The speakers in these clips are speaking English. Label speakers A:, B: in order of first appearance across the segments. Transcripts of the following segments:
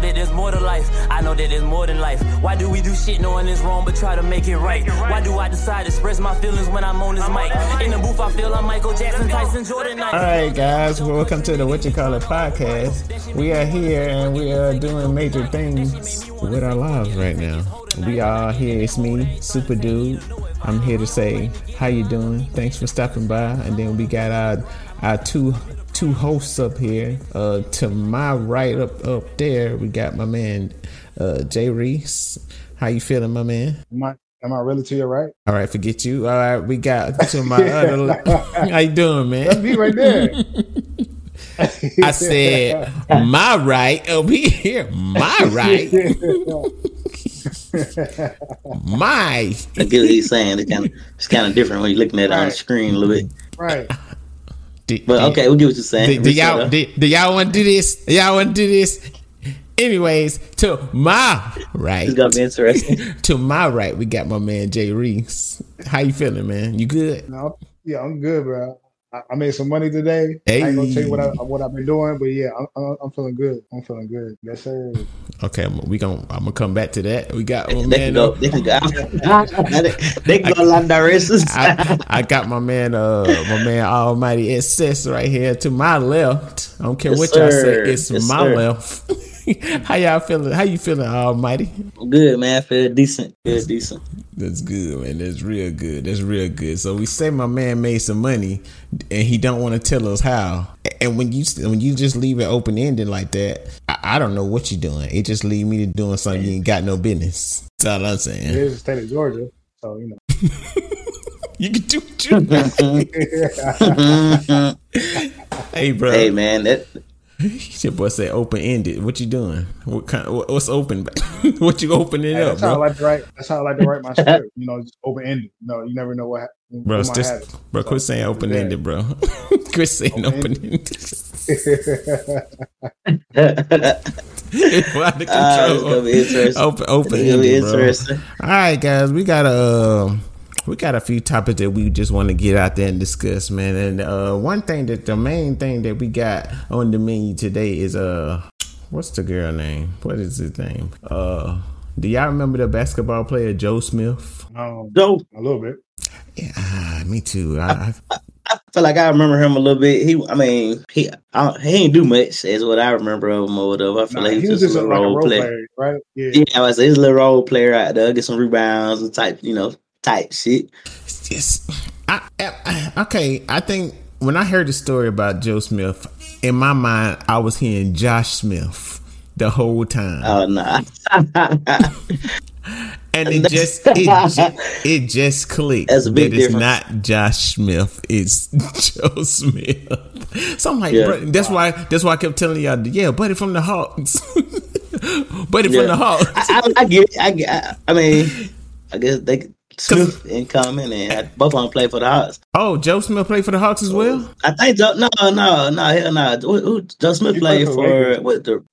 A: there's more to life. I know that there's more than life. Why do we do shit knowing it's wrong, but try to make it right? Why do I decide to express my feelings when I'm on this mic? In the booth, I feel I'm Michael Jackson, Tyson, Jordan.
B: All right, guys, welcome to the What You Call It podcast. We are here and we are doing major things with our lives right now. We are here. It's me, Super Dude. I'm here to say how you doing. Thanks for stopping by. And then we got our our two two hosts up here. Uh, to my right, up up there, we got my man uh, Jay Reese. How you feeling, my man?
C: Am I, am I really to your right?
B: All right, forget you. All right, we got to my other. le- how you doing, man?
C: Be right there.
B: I said, my right over here, my right, my.
D: I get what he's saying. It's kind of it's kind of different when you're looking at it on the
C: Right.
D: screen a little bit.
C: right.
B: D-
D: But
B: D-
D: okay, we get what you're saying.
B: Do, do
D: We shut
B: y'all
D: up.
B: do, do y'all want to do this? Do y'all want to do this? Anyways, to my right,
D: it's gonna be interesting.
B: to my right, we got my man Jay Reese. How you feeling, man? You good?
C: No, yeah, I'm good, bro. I, I made some money today. I ain't gonna tell you what I what I've been doing, but yeah, I'm, I'm, I'm feeling good. I'm feeling good. Yes, sir.
B: Okay, I'm- we gon' I'm gonna come back to that. We got my
D: They can
B: man.
D: go.
B: Uh,
D: They can go. they can go a lot of directions.
B: I, I got my man, uh, my man Almighty SS right here to my left. I don't care
D: Yes,
B: what y'all
D: sir.
B: say, it's
D: Yes,
B: my
D: sir.
B: left. How y'all feeling? How you feeling, Almighty?
D: I'm good, man. I feel decent. Feel decent.
B: That's good, man. That's real good. That's real good. So we say my man made some money, and he don't want to tell us how. And when you when you just leave it open ended like that, I, I don't know what you're doing. It just leave me to doing something you ain't got no business. That's all I'm
C: It
B: saying.
C: is the state of Georgia, so you know.
B: You can do what you want. Hey, bro.
D: Hey, man. That
B: Your boy said open ended. What you doing? What kind? What, what's open? what you opening it up,
C: that's how I
B: bro?
C: like to write. That's how I like to write my script. You know, just open ended. No, you never know what. hap- who
B: Bro, it's
C: might
B: just
C: have it.
B: bro. Quit saying open ended, bro. quit saying open ended. We're out of
D: Ah, it's
B: control.
D: gonna be interesting.
B: Open, open
D: It's gonna be
B: ended, bro.
D: interesting.
B: All right, guys, we got a um, we got a few topics that we just want to get out there and discuss, man. And uh, one thing that the main thing that we got on the menu today is uh, what's the girl name? What is his name? Uh, do y'all remember the basketball player Joe Smith?
C: Um,
D: Joe.
C: a little bit.
B: Yeah, ah, me too. I, I,
D: I feel like I remember him a little bit. He, I mean, he, I, he ain't do much, is what I remember of him or whatever. I feel
C: Nah,
D: like
C: he was just a, like a role player, right? Yeah.
D: Yeah, I was his little role player out there, get some rebounds and type, you know, type shit.
B: it's just, I, I, I- okay. I think when I heard the story about Joe Smith, in my mind, I was hearing Josh Smith the whole time.
D: Oh no,
B: and it just it, ju- it just clicked.
D: That's a big
B: that it's
D: difference.
B: not Josh Smith, it's Joe Smith. So I'm like,
D: Yeah.
B: bro, that's why that's why I kept telling y'all, yeah, buddy from the Hawks, buddy from
D: Yeah.
B: the Hawks.
D: I, I, I get it. I, get- I, I mean, I guess they could- Smith and Common and both of them play for the Hawks.
B: Oh, Joe Smith played for the Hawks as well.
D: I think Joe, no, no, no, hell no. Who, who, Joe Smith
C: He played
D: played
C: for
D: for
C: Lakers.
D: what the?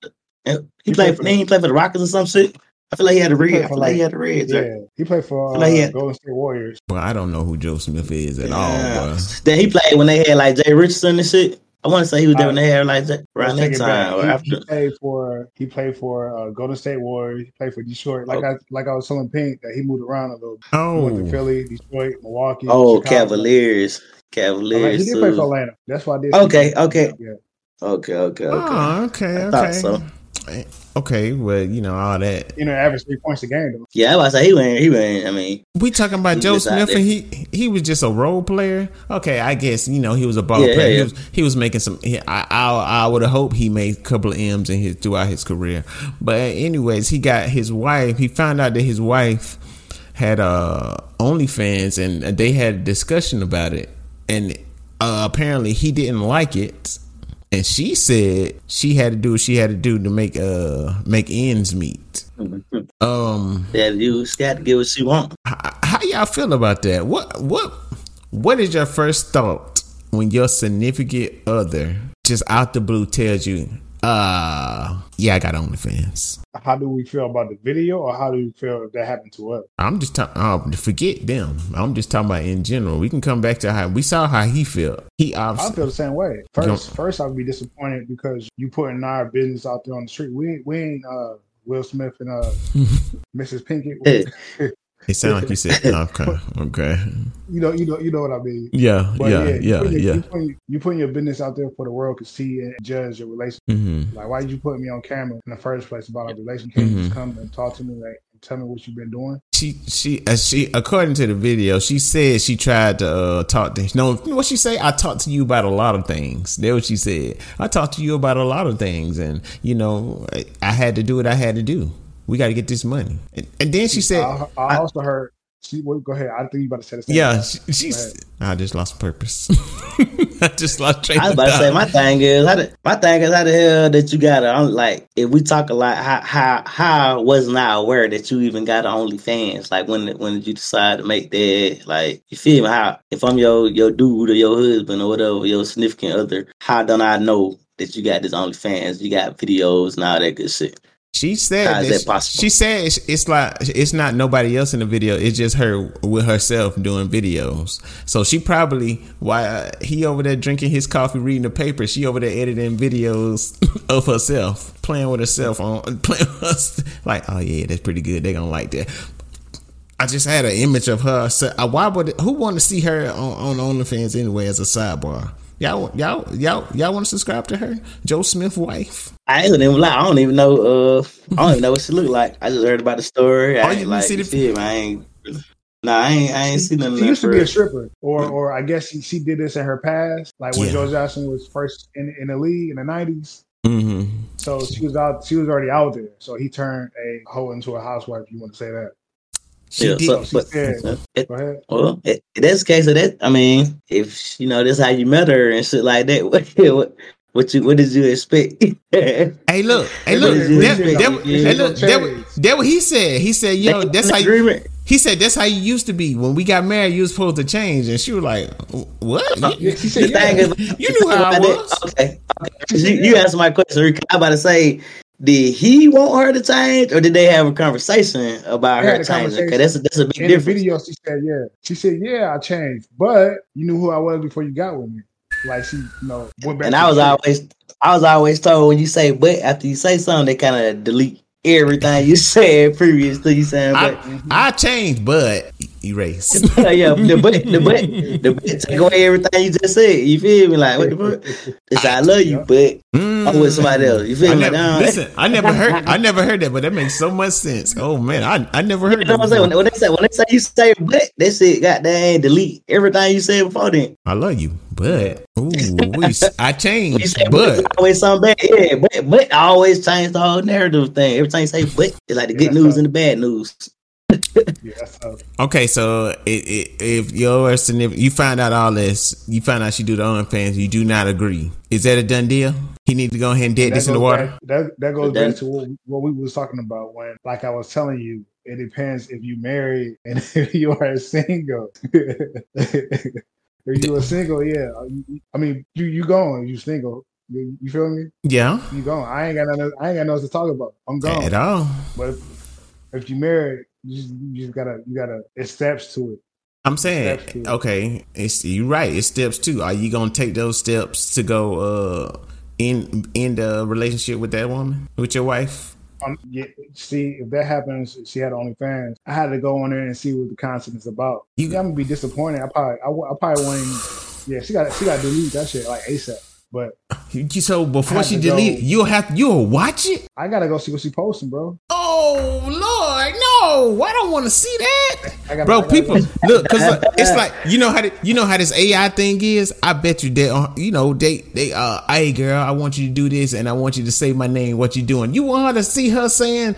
D: He, played. for, didn't he play for the Rockets or some shit. I feel like he had a
C: played
D: red. I
C: for
D: feel like he had a red.
C: Yeah,
D: jersey.
C: he played for uh,
D: Like, yeah.
C: Golden State Warriors.
B: Well, I don't know who Joe Smith is at all.
D: Yeah.
B: Bro.
D: Then he played when they had like Jay Richardson and shit. I want to say he was there
C: Uh,
D: when they had like Jay, around
C: Let's take
D: that
C: it back.
D: time or
C: He-
D: after.
C: He, played for he played for uh, Golden State Warriors. He played for Detroit. Like
D: Oh.
C: I like I was telling Pink that he moved around a little. bit. He went to
B: Oh,
C: Philly, Detroit, Milwaukee.
D: Oh,
C: Chicago.
D: Cavaliers,
C: All right, He
D: Cavaliers.
C: did play for
D: too.
C: Atlanta. That's why I did.
D: Okay, okay,
C: Yeah.
D: okay, okay, okay.
B: oh, okay,
D: I thought
B: okay,
D: so.
B: okay. Well, you know all that.
C: You know, average three points a game. Though.
D: Yeah, I was like, he went, he went. I mean,
B: We talking about
D: He
B: Joe
D: was out
B: Smith,
D: there.
B: and he he was just a role player. Okay, I guess you know he was a ball
D: Yeah, yeah,
B: player. He,
D: yeah.
B: was, he was making some. He, I I, I would have hoped he made a couple of M's in his throughout his career. But anyways, he got his wife. He found out that his wife had uh OnlyFans, and they had a discussion about it. And uh, apparently, he didn't like it. And she said she had to do what she had to do to make uh make ends meet. Um.
D: that you just got to get what you want.
B: How, how y'all feel about that? What what what is your first thought when your significant other just out the blue tells you, Uh, yeah, I got OnlyFans.
C: How do we feel about the video, or how do we feel if that happened to us?
B: I'm just talking. Um, forget them. I'm just talking about in general. We can come back to how we saw how he felt. He
C: I
B: obviously.
C: feel the same way.
B: don't-
C: First, first I'd be disappointed because you putting our business out there on the street. We ain't, we ain't uh, Will Smith and uh, Mrs. Pinkett.
B: It sounded like you said okay, okay.
C: You know, you know, you know what I mean.
B: Yeah,
C: But
B: yeah,
C: yeah,
B: yeah,
C: you putting,
B: yeah.
C: You putting, you putting your business out there for the world to see and judge your relationship.
B: Mm-hmm.
C: Like, why did you put me on camera in the first place about our relationship?
B: Mhm.
C: Just come and talk to me, like, and tell me what you've been doing.
B: She she uh, she according to the video she said she tried to uh, talk to no what she say I talked to you about a lot of things that's what she said I talked to you about a lot of things and you know I, I had to do what I had to do we got to get this money and, and then she said
C: I, I also heard. She, well, go ahead. I think you about to say the same.
B: yeah she, she's
C: Right.
B: I just lost purpose I just lost train
D: I was
B: of
D: about to say
B: thought
D: my thing is how the, my thing is how the hell that you got on like if we talk a lot how how how I was not aware that you even got OnlyFans like when when did you decide to make that like you feel me how if I'm your your dude or your husband or whatever your significant other how don't I know that you got this OnlyFans you got videos and all that good shit
B: she said
D: How is
B: that
D: that
B: she-
D: possible?
B: she said it's, it's like it's not nobody else in the video it's just her with herself doing videos so she probably why he over there drinking his coffee reading the paper she over there editing videos of herself playing with herself on playing with us, like oh yeah that's pretty good they gonna like that I just had an image of her. So, uh, why would who want to see her on, on OnlyFans anyway as a sidebar? Y'all, y'all, y'all, y'all want to subscribe to her? Joe Smith wife.
D: I ain't even lie I don't even know uh I don't even know what she look like I just heard about the story
B: Oh,
D: I
B: you
D: ain't
B: didn't
D: like
B: see
D: you
B: the-
D: feel me I ain't nah I ain't I ain't seen nothing
C: She
D: like
C: used to be
D: that.
C: a stripper, or or I guess she, she did this in her past, like when
B: Yeah.
C: Joe Jackson was first in, in the league in the nineties.
B: Mm-hmm.
C: So she was out. She was already out there. So he turned a hoe into a housewife. You want to say that?
B: She
D: Yeah,
B: did.
D: so-
C: She
D: but-
C: said,
D: it-
C: "Go ahead."
D: Well, i- in that's the case of that. I mean, if you know that's how you met her and shit like that, what what, what you what did you expect?
B: Hey, look, hey,
C: It
B: look,
D: was just-
B: that, that,
D: Yeah.
B: hey, look, that, was- that what he said. He said, "Yo,
D: They
B: that's
D: got
B: how."
D: an
B: You,
D: agreement.
B: he said, "That's how you used to be when we got married. You was supposed to change." And she was like,
D: Uh-huh.
B: "What? You,
C: Yeah, she
D: The
C: said,
D: thing
C: yeah.
D: is,
B: you knew how I was."
D: Okay, okay. You, you asked my question. Rick. I about to say, did he want her to change, or did they have a conversation about
C: They
D: her
C: had a
D: changing?
C: conversation.
D: Because that's a, that's a big
C: In the
D: difference.
C: video, she said, "Yeah." She said, "Yeah, I changed, but you knew who I was before you got with me." Like she, you know, went back.
D: And
C: to
D: I was
C: the-
D: always, I was always told when you say "but" after you say something, they kind of delete everything you said previously. You saying
B: I,
D: "but."
B: I
D: Mm-hmm.
B: changed, but erase.
D: yeah, the butt, the butt, the butt take away everything you just said. You feel me? Like what the fuck? It's I love you, but I'm with somebody else. You
B: Mm. I
D: feel me?
B: never,
D: Like, nah.
B: listen, I never heard. I never heard that, but that makes so much sense. Oh man, I, I never heard
D: You know
B: that.
D: what I'm saying? When,
B: before.
D: when they say when they say you say but, they say goddamn delete everything you said before then.
B: I love you, but ooh, we, I
D: When you
B: changed,
D: say but,
B: but
D: it's always something bad. Yeah, but but I always change the whole narrative thing. Every time you say but, it's like the good
C: Yeah,
D: news
C: so-
D: and the bad news.
C: Yeah, that's tough.
B: Okay, so i i if your significant, you find out all this, you find out she do the OnlyFans, you do not agree. Is that a done deal? He need to go ahead and dead
C: That
B: this in the
C: goes
B: water.
C: back- that that goes
D: Then-
C: back to what, what we was talking about when, like I was telling you, it depends if you married and if you are single. if you are single, yeah, Uh, you- I mean, you you going, you single, you, you feel me?
B: Yeah,
C: You going? I ain't got nothing. I ain't got nothing to talk about. I'm gone.
B: at all.
C: But if, if you married, you just, you just gotta you gotta it steps to it.
B: I'm saying,
C: Steps to it.
B: okay, it's you right. It's steps too. Are you gonna take those steps to go uh in in the relationship with that woman, with your wife?
C: Um, yeah, see if that happens. She had OnlyFans. I had to go on there and see what the content is about.
B: You-
C: yeah, I'm gonna be disappointed. I probably, I, wa- I probably won't. Even, yeah, she got, she got to delete that shit like ASAP. But
B: You- So before
C: Had
B: she
C: to go.
B: delete, you'll have you'll watch it.
C: I gotta go see what she posting, bro.
B: Oh Lord, no! I don't want to see that.
C: I gotta, I
B: bro
C: gotta
B: people
C: go-
B: look because it's like you know how the, you know how this ai thing is i bet you they uh, you know they they uh hey girl i want you to do this and i want you to say my name what you doing you want her to see her saying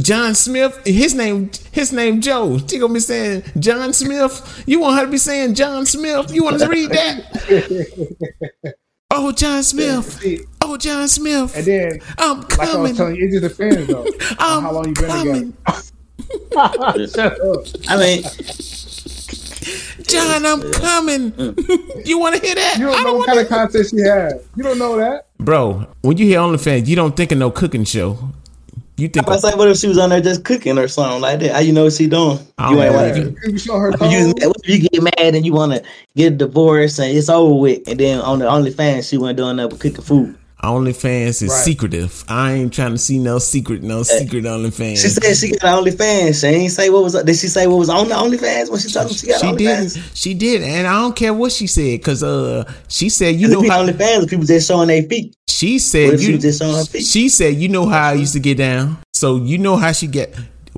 B: john smith his name his name joe she gonna be saying john smith you want her to be saying john smith you want to read that oh john smith
C: see,
B: oh john smith
C: and then,
B: i'm
C: like I was
B: coming
C: telling you, it just depends though. on how long
B: i'm
C: you been together?
B: coming
D: I mean,
B: john i'm coming you want to hear that
C: You
B: I don't
C: don't know
D: Mm.
C: what
B: wanna-
C: kind of content she had. You don't know that.
B: Bro, when you hear OnlyFans, you don't think of no cooking show. You think
D: I was like, what if she was on there just cooking or something like that? How you know what she doing?
B: I
D: You
B: don't
D: ain't
B: know.
D: want to.
C: You show her
D: What if
C: toes?
D: you- what if you get mad and you want to get a divorce and it's over with, and then on the OnlyFans she wasn't doing nothing but cooking food.
B: OnlyFans is
C: Right.
B: secretive. I ain't trying to see no secret, no secret OnlyFans.
D: Eh. She said she got an OnlyFans. She ain't say what was. Did she say what was on the OnlyFans when she told him she got
B: she
D: OnlyFans?
B: did. She did, and I don't care what she said, cause uh, she said you
D: You know,
B: know
D: be
B: how
D: OnlyFans if people just showing their feet.
B: she
D: What
B: said
D: if she
B: you
D: was just on her feet?
B: she said you know how I used to get down, so you know how she get.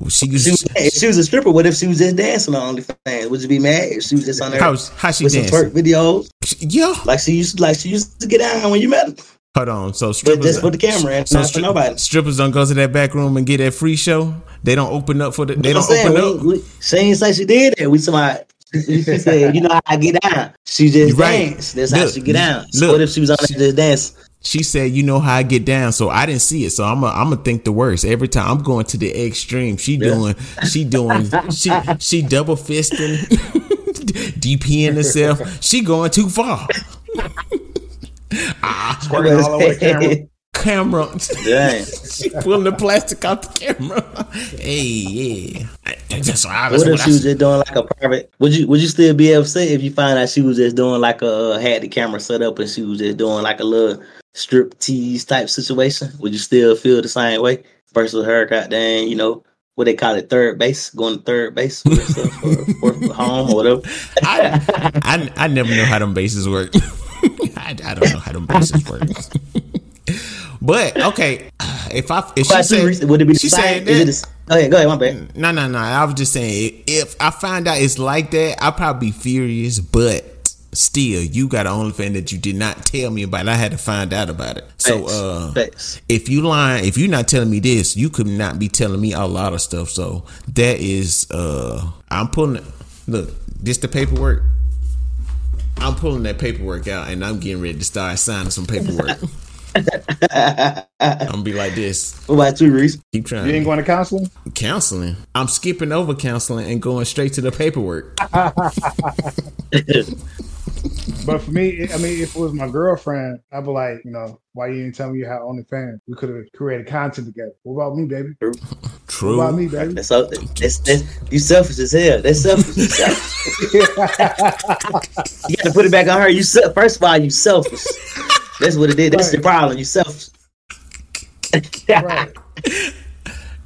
B: She
D: She was, if she was a stripper, what if she was just dancing on OnlyFans? Would you be mad if she was just on there
B: how how she
D: with some
B: dance?
D: twerk videos
B: Yo,
D: like she used like she used to get down when you met her?
B: hold on. So
D: But
B: strippers
D: just for the camera and
B: so
D: not for
B: stri-
D: nobody.
B: Strippers don't go to that back room and get that free show. They don't open up for the. They
D: You know
B: don't
D: what I'm
B: open
D: saying?
B: up.
D: We- we- she ain't say she did it. We somebody. She she said, "You know how I get down." She just
B: You right.
D: danced. That's how
B: Look,
D: she get down. So
B: look.
D: what if she was on there just dance?
B: She said, "You know how I get down." So I didn't see it. So I'm a, I'm gonna think the worst every time. I'm going to the extreme. She doing she doing she she double fisting, DPing herself. She going too far. Ah,
C: Squirting all over the camera.
B: Camera,
D: Dang.
B: she pulling the plastic out the camera. Hey, yeah, that's what I, that's
D: What
B: what
D: if
B: I
D: she was just doing like a private? Would you would you still be upset if you find out she was just doing like a uh, had the camera set up and she was just doing like a little strip tease type situation? Would you still feel the same way versus her? Goddamn, you know what they call it, third base, going to third base with herself or fourth home or whatever.
B: I, I, I never knew how them bases work. I, I don't know how them bases work. but okay, if I if she
D: But you
B: said,
D: re- would it be the
B: she
D: same?
B: said
D: Is it the
B: that,
D: s- Go ahead, go ahead, my bad.
B: no no no. I was just saying if I find out it's like that, I'll probably be furious. But still, you got an OnlyFans that you did not tell me about. And I had to find out about it. So
D: Facts,
B: uh,
D: facts.
B: if you lying, if you're not telling me this, you could not be telling me a lot of stuff. So that is, uh I'm pulling. Look, this the paperwork. I'm pulling that paperwork out, and I'm getting ready to start signing some paperwork. I'm gonna be like this.
D: What about you, Reese?
B: Keep trying.
C: You ain't going to counseling?
B: counseling. I'm skipping over counseling and going straight to the paperwork.
C: But for me, it, I mean, if it was my girlfriend, I'd be like, you know, why you didn't tell me you had OnlyFans? We could have created content together. What about me, baby? What about
B: True.
C: me, baby?
D: That's all. That's that's you selfish as hell. That's selfish. You selfish. you got to put it back on her. You se- first of all, you selfish. That's what it is. That's the problem. You selfish.
C: Right.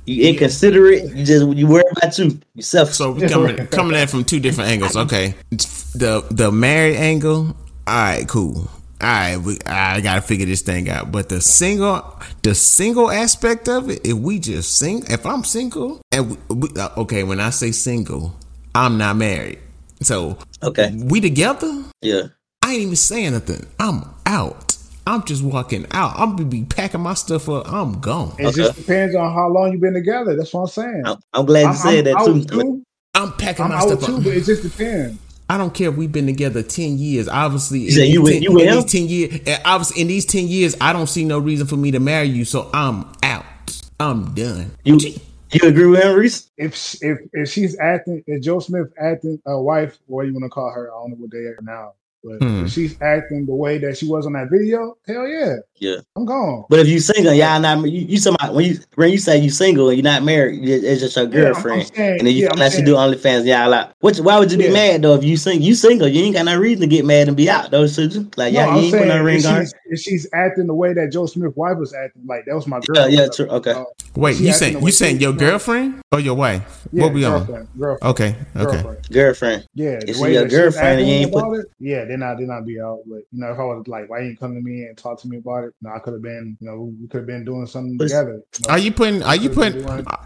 D: You inconsiderate. You just you worry about you. You selfish.
B: So we coming coming at it from two different angles. Okay, the the married angle. All right, cool. All right, we, I gotta figure this thing out. But the single, the single aspect of it, if we just sing, if I'm single, and we, we, uh, okay, when I say single, I'm not married. So
D: okay.
B: we together.
D: Yeah.
B: I ain't even saying nothing. I'm out. I'm just walking out. I'm gonna be packing my stuff up. I'm gone.
C: It just depends on how long you've been together. That's what I'm saying.
D: I'm, I'm glad you said that
C: out
D: too.
B: I'm packing
C: I'm
B: my
C: out
B: stuff
C: too,
B: up.
C: but it just depends.
B: I don't care if we've been together ten years. Obviously, in
D: said
B: these
D: you with-
B: 10
D: you with
B: in
D: him?
B: these ten years. and Obviously, in these ten years, I don't see no reason for me to marry you. So I'm out. I'm done.
D: You you agree with him, Reese?
C: If sh- if if she's acting, if Joe Smith acting a wife, what do you want to call her? I don't know what they are now, but
B: Hmm.
C: if she's acting the way that she was on that video, hell yeah,
D: Yeah.
C: I'm gone.
D: But if you single, y'all not you, you somebody when you when you say you single and you're not married, you- it's just your
C: Yeah, I'm- I'm
D: girlfriend.
C: saying-
D: and then you
C: yeah, I'm
D: find out she
C: saying-
D: do OnlyFans, y'all like. What? Why would you be
C: Yeah.
D: mad though if you sing you single? You ain't got no reason to get mad and be out though, should you? Like, yeah,
C: no,
D: you
C: I'm
D: ain't put
C: saying
D: no
C: if
D: ring on. her.
C: she's, if she's acting the way that Joe Smith wife was acting, like that was my
D: Yeah,
C: girl.
D: yeah, true. Okay.
C: Uh,
B: Wait,
C: she
B: you
C: acting the
B: saying
C: way
B: you saying
C: she-
B: your girlfriend or your wife?
C: yeah,
B: what we on?
C: girlfriend, Girlfriend,
B: Okay, okay.
C: girlfriend.
D: Girlfriend.
C: Yeah,
D: If
C: the
D: she
C: way
D: your
C: that she's
D: girlfriend and you
C: acting
D: ain't put-
C: about it, yeah, then I did not be out. But you know, if I was like, why you ain't come to me and talk to me about it? No, I could have been, you know, we could have been doing something
D: But-
C: together.
B: Are you putting are you putting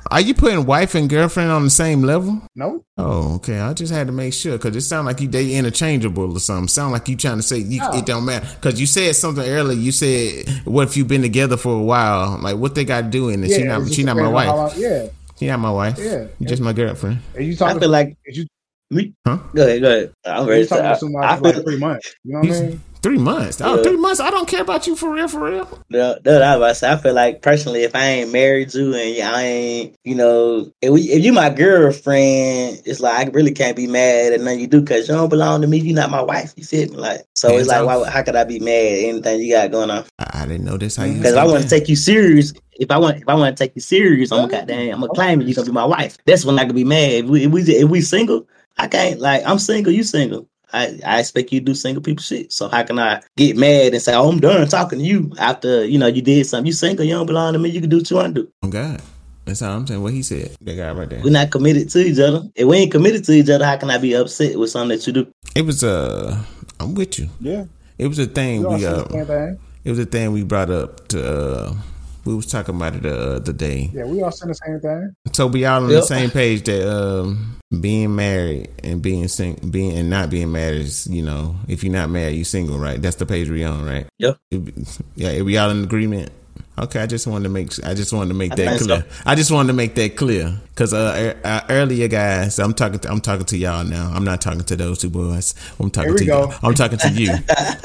B: are you putting wife and girlfriend on the same level?
C: No,
B: Oh, okay. I just had to make sure because it sounded like you they interchangeable or something. Sound like you trying to say you,
C: No.
B: it don't matter because you said something earlier. You said, "What if you've been together for a while? Like what they got to do in it? she
C: it
B: not
C: just
B: she not my
C: depends on
B: wife.
C: how I- yeah,
B: she not my wife.
C: yeah.
B: You just my girlfriend.
C: And you
D: I
C: talking
D: feel like
C: if you
D: me.
B: Huh?
D: Go ahead, go ahead. I'm
C: you
D: ready.
C: talking
D: To,
C: to
D: I,
C: somebody
D: I
C: for like
D: feel
C: three months, you know what I mean?
B: Three months. Oh,
D: Yeah.
B: three months. I don't care about you for real, for real.
D: No, no, uh, I was about to say, I feel like personally, if I ain't married you and I ain't, you know, if we, if you my girlfriend, it's like I really can't be mad at nothing you do because you don't belong to me. you not my wife. You feel me? Like so,
B: Hands
D: it's like,
B: off.
D: why, would- how could I be mad at anything you got going on?
B: I, I didn't know this. How you?
D: Because if I want to
B: Yeah.
D: take you serious, if I want, if I want to take you serious,
C: Mm-hmm.
D: I'm gonna goddamn, I'm gonna claim you. You gonna be my wife. That's when I could be mad. If we, if we, if we single, I can't. Like I'm single, you single. I, I expect you to do single people shit. So how can I get mad and say, oh, I'm done talking to you after you know you did something? You single, you don't belong to me. You can do what you want to do.
B: Oh God, that's all I'm saying. What he said. That guy right there.
D: We're not committed to each other. If we ain't committed to each other, how can I be upset with something that you do?
B: It was uh, I'm with you.
C: Yeah.
B: It was a thing
C: You all
B: we
C: see
B: uh,
C: the same thing.
B: it was a thing we brought up to uh, we was talking about it uh, the day.
C: Yeah, we all saying the same thing.
B: So we all on
D: Yep.
B: the same page that um, being married and being sing- being and not being married is you know if you're not married you're single right. That's the page we on right.
D: Yep.
B: It- yeah, we all in agreement. Okay, I just wanted to make I just wanted to make
D: I
B: that
D: think so.
B: clear. I just wanted to make that clear because uh, uh, earlier guys, I'm talking to, I'm talking to y'all now. I'm not talking to those two boys. I'm talking
C: Here we
B: to
C: go.
B: you. I'm talking to you.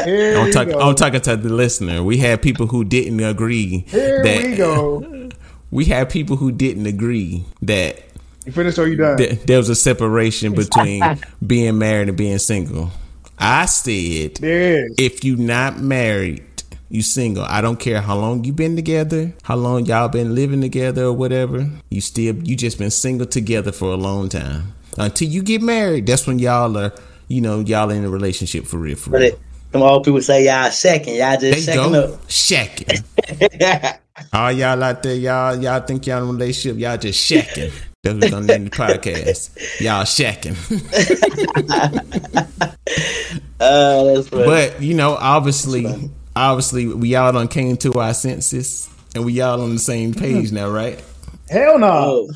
C: Here
B: I'm
C: we
B: talking.
C: go.
B: I'm talking to the listener. We had people who didn't agree
C: Here
B: that
C: we go.
B: we had people who didn't agree that
C: You finished or you done?
B: th- there was a separation between being married and being single. I said
C: There is.
B: if you not married, you single. I don't care how long you been together, how long y'all been living together or whatever. You still you just been single together for a long time. Until you get married, that's when y'all are you know y'all in a relationship for real for
D: But
B: real.
D: it, them old people say y'all second, y'all
B: There
D: just
B: you
D: second
B: go, shacking.
D: up.
B: All y'all out there, y'all y'all think y'all in a relationship, y'all just shacking. That's what gonna name the podcast. Y'all shacking.
D: Oh, that's funny.
B: But you know, obviously, obviously, we all done came to our senses, and we all on the same
C: Mm-hmm.
B: page now, right?
C: Hell no.
D: Oh.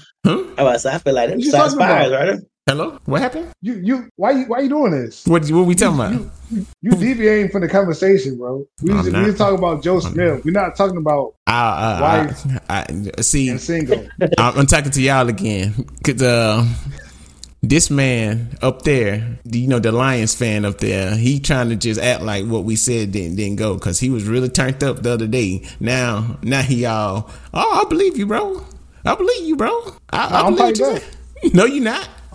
B: Hmm?
D: I was I feel like them
C: What you
D: shots
C: talking about?
D: fired, right?
B: Hello, what happened?
C: You you why you why you doing this?
B: What what we talking about?
C: You deviating from the conversation, bro. We
B: I'm
C: just,
B: not.
C: we just talking about Joe Smith. We're not talking about
B: I, uh, I, I see.
C: being single.
B: I'm, I'm talking to y'all again because uh, this man up there, you know, the Lions fan up there, he trying to just act like what we said didn't didn't go because he was really turned up the other day. Now, now he all, oh, I believe you, bro. I believe you, bro. I, I
C: I'm
B: believe you.
C: fired
B: said." No, you not.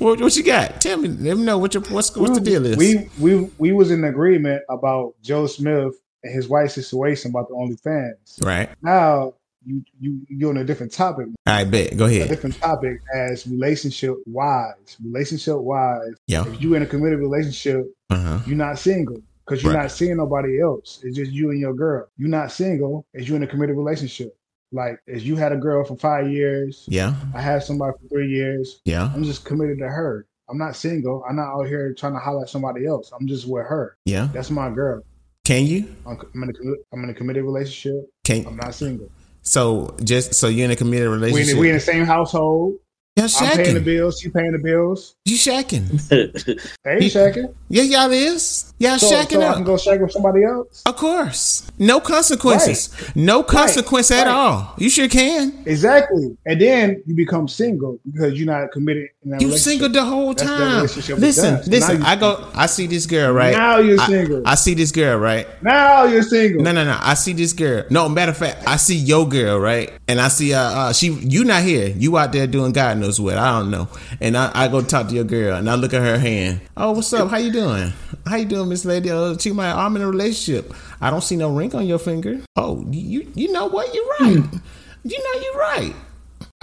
B: what, what you got? Tell me. Let me know what your what's what's the deal is.
C: We we we was in agreement about Joe Smith and his wife's situation about the OnlyFans.
B: right.
C: Now you you you're on a different topic,
B: I bet. Go
C: a
B: ahead.
C: different topic as relationship wise. Relationship wise,
B: Yeah.
C: if you in a committed relationship,
B: Uh huh.
C: you're not single because you're
B: Right.
C: not seeing nobody else. It's just you and your girl. You're not single as you in a committed relationship. Like as you had a girl for five years,
B: Yeah.
C: I had somebody for three years.
B: Yeah.
C: I'm just committed to her. I'm not single. I'm not out here trying to holler at somebody else. I'm just with her.
B: Yeah.
C: That's my girl.
B: Can you?
C: I'm, I'm in a commi- I'm in a committed relationship.
B: Can
C: I'm not single.
B: So just so you're in a committed
C: We in,
B: relationship.
C: we in the same household.
B: Y'all
C: I'm paying the
B: shacking.
C: bills. She paying the bills.
B: You shacking.
C: Hey, shacking.
B: Yeah, y'all is. Y'all
C: So,
B: shacking
C: so I can
B: up.
C: go shack with somebody else.
B: Of course. No consequences. No consequence at
C: right.
B: all. You sure can.
C: Exactly. And then you become single because you're not committed. In that
B: You
C: relationship.
B: single the whole
C: That's that
B: time.
C: relationship with
B: Listen,
C: us. Now
B: listen.
C: you
B: I go. I see this girl right.
C: Now you're
B: I-
C: single.
B: I see this girl right.
C: now you're single.
B: No, no, no. I see this girl. No, matter of fact, I see your girl, right? And I see uh, uh she you not here. You out there doing God knows what. I don't know. And I, I go talk to your girl and I look at her hand. Oh, what's up? How you doing? How you doing, Miss Lady? Oh, she my I'm in a relationship. I don't see no ring on your finger. Oh, you you know what? You're right.
C: Hmm.
B: You know you're right.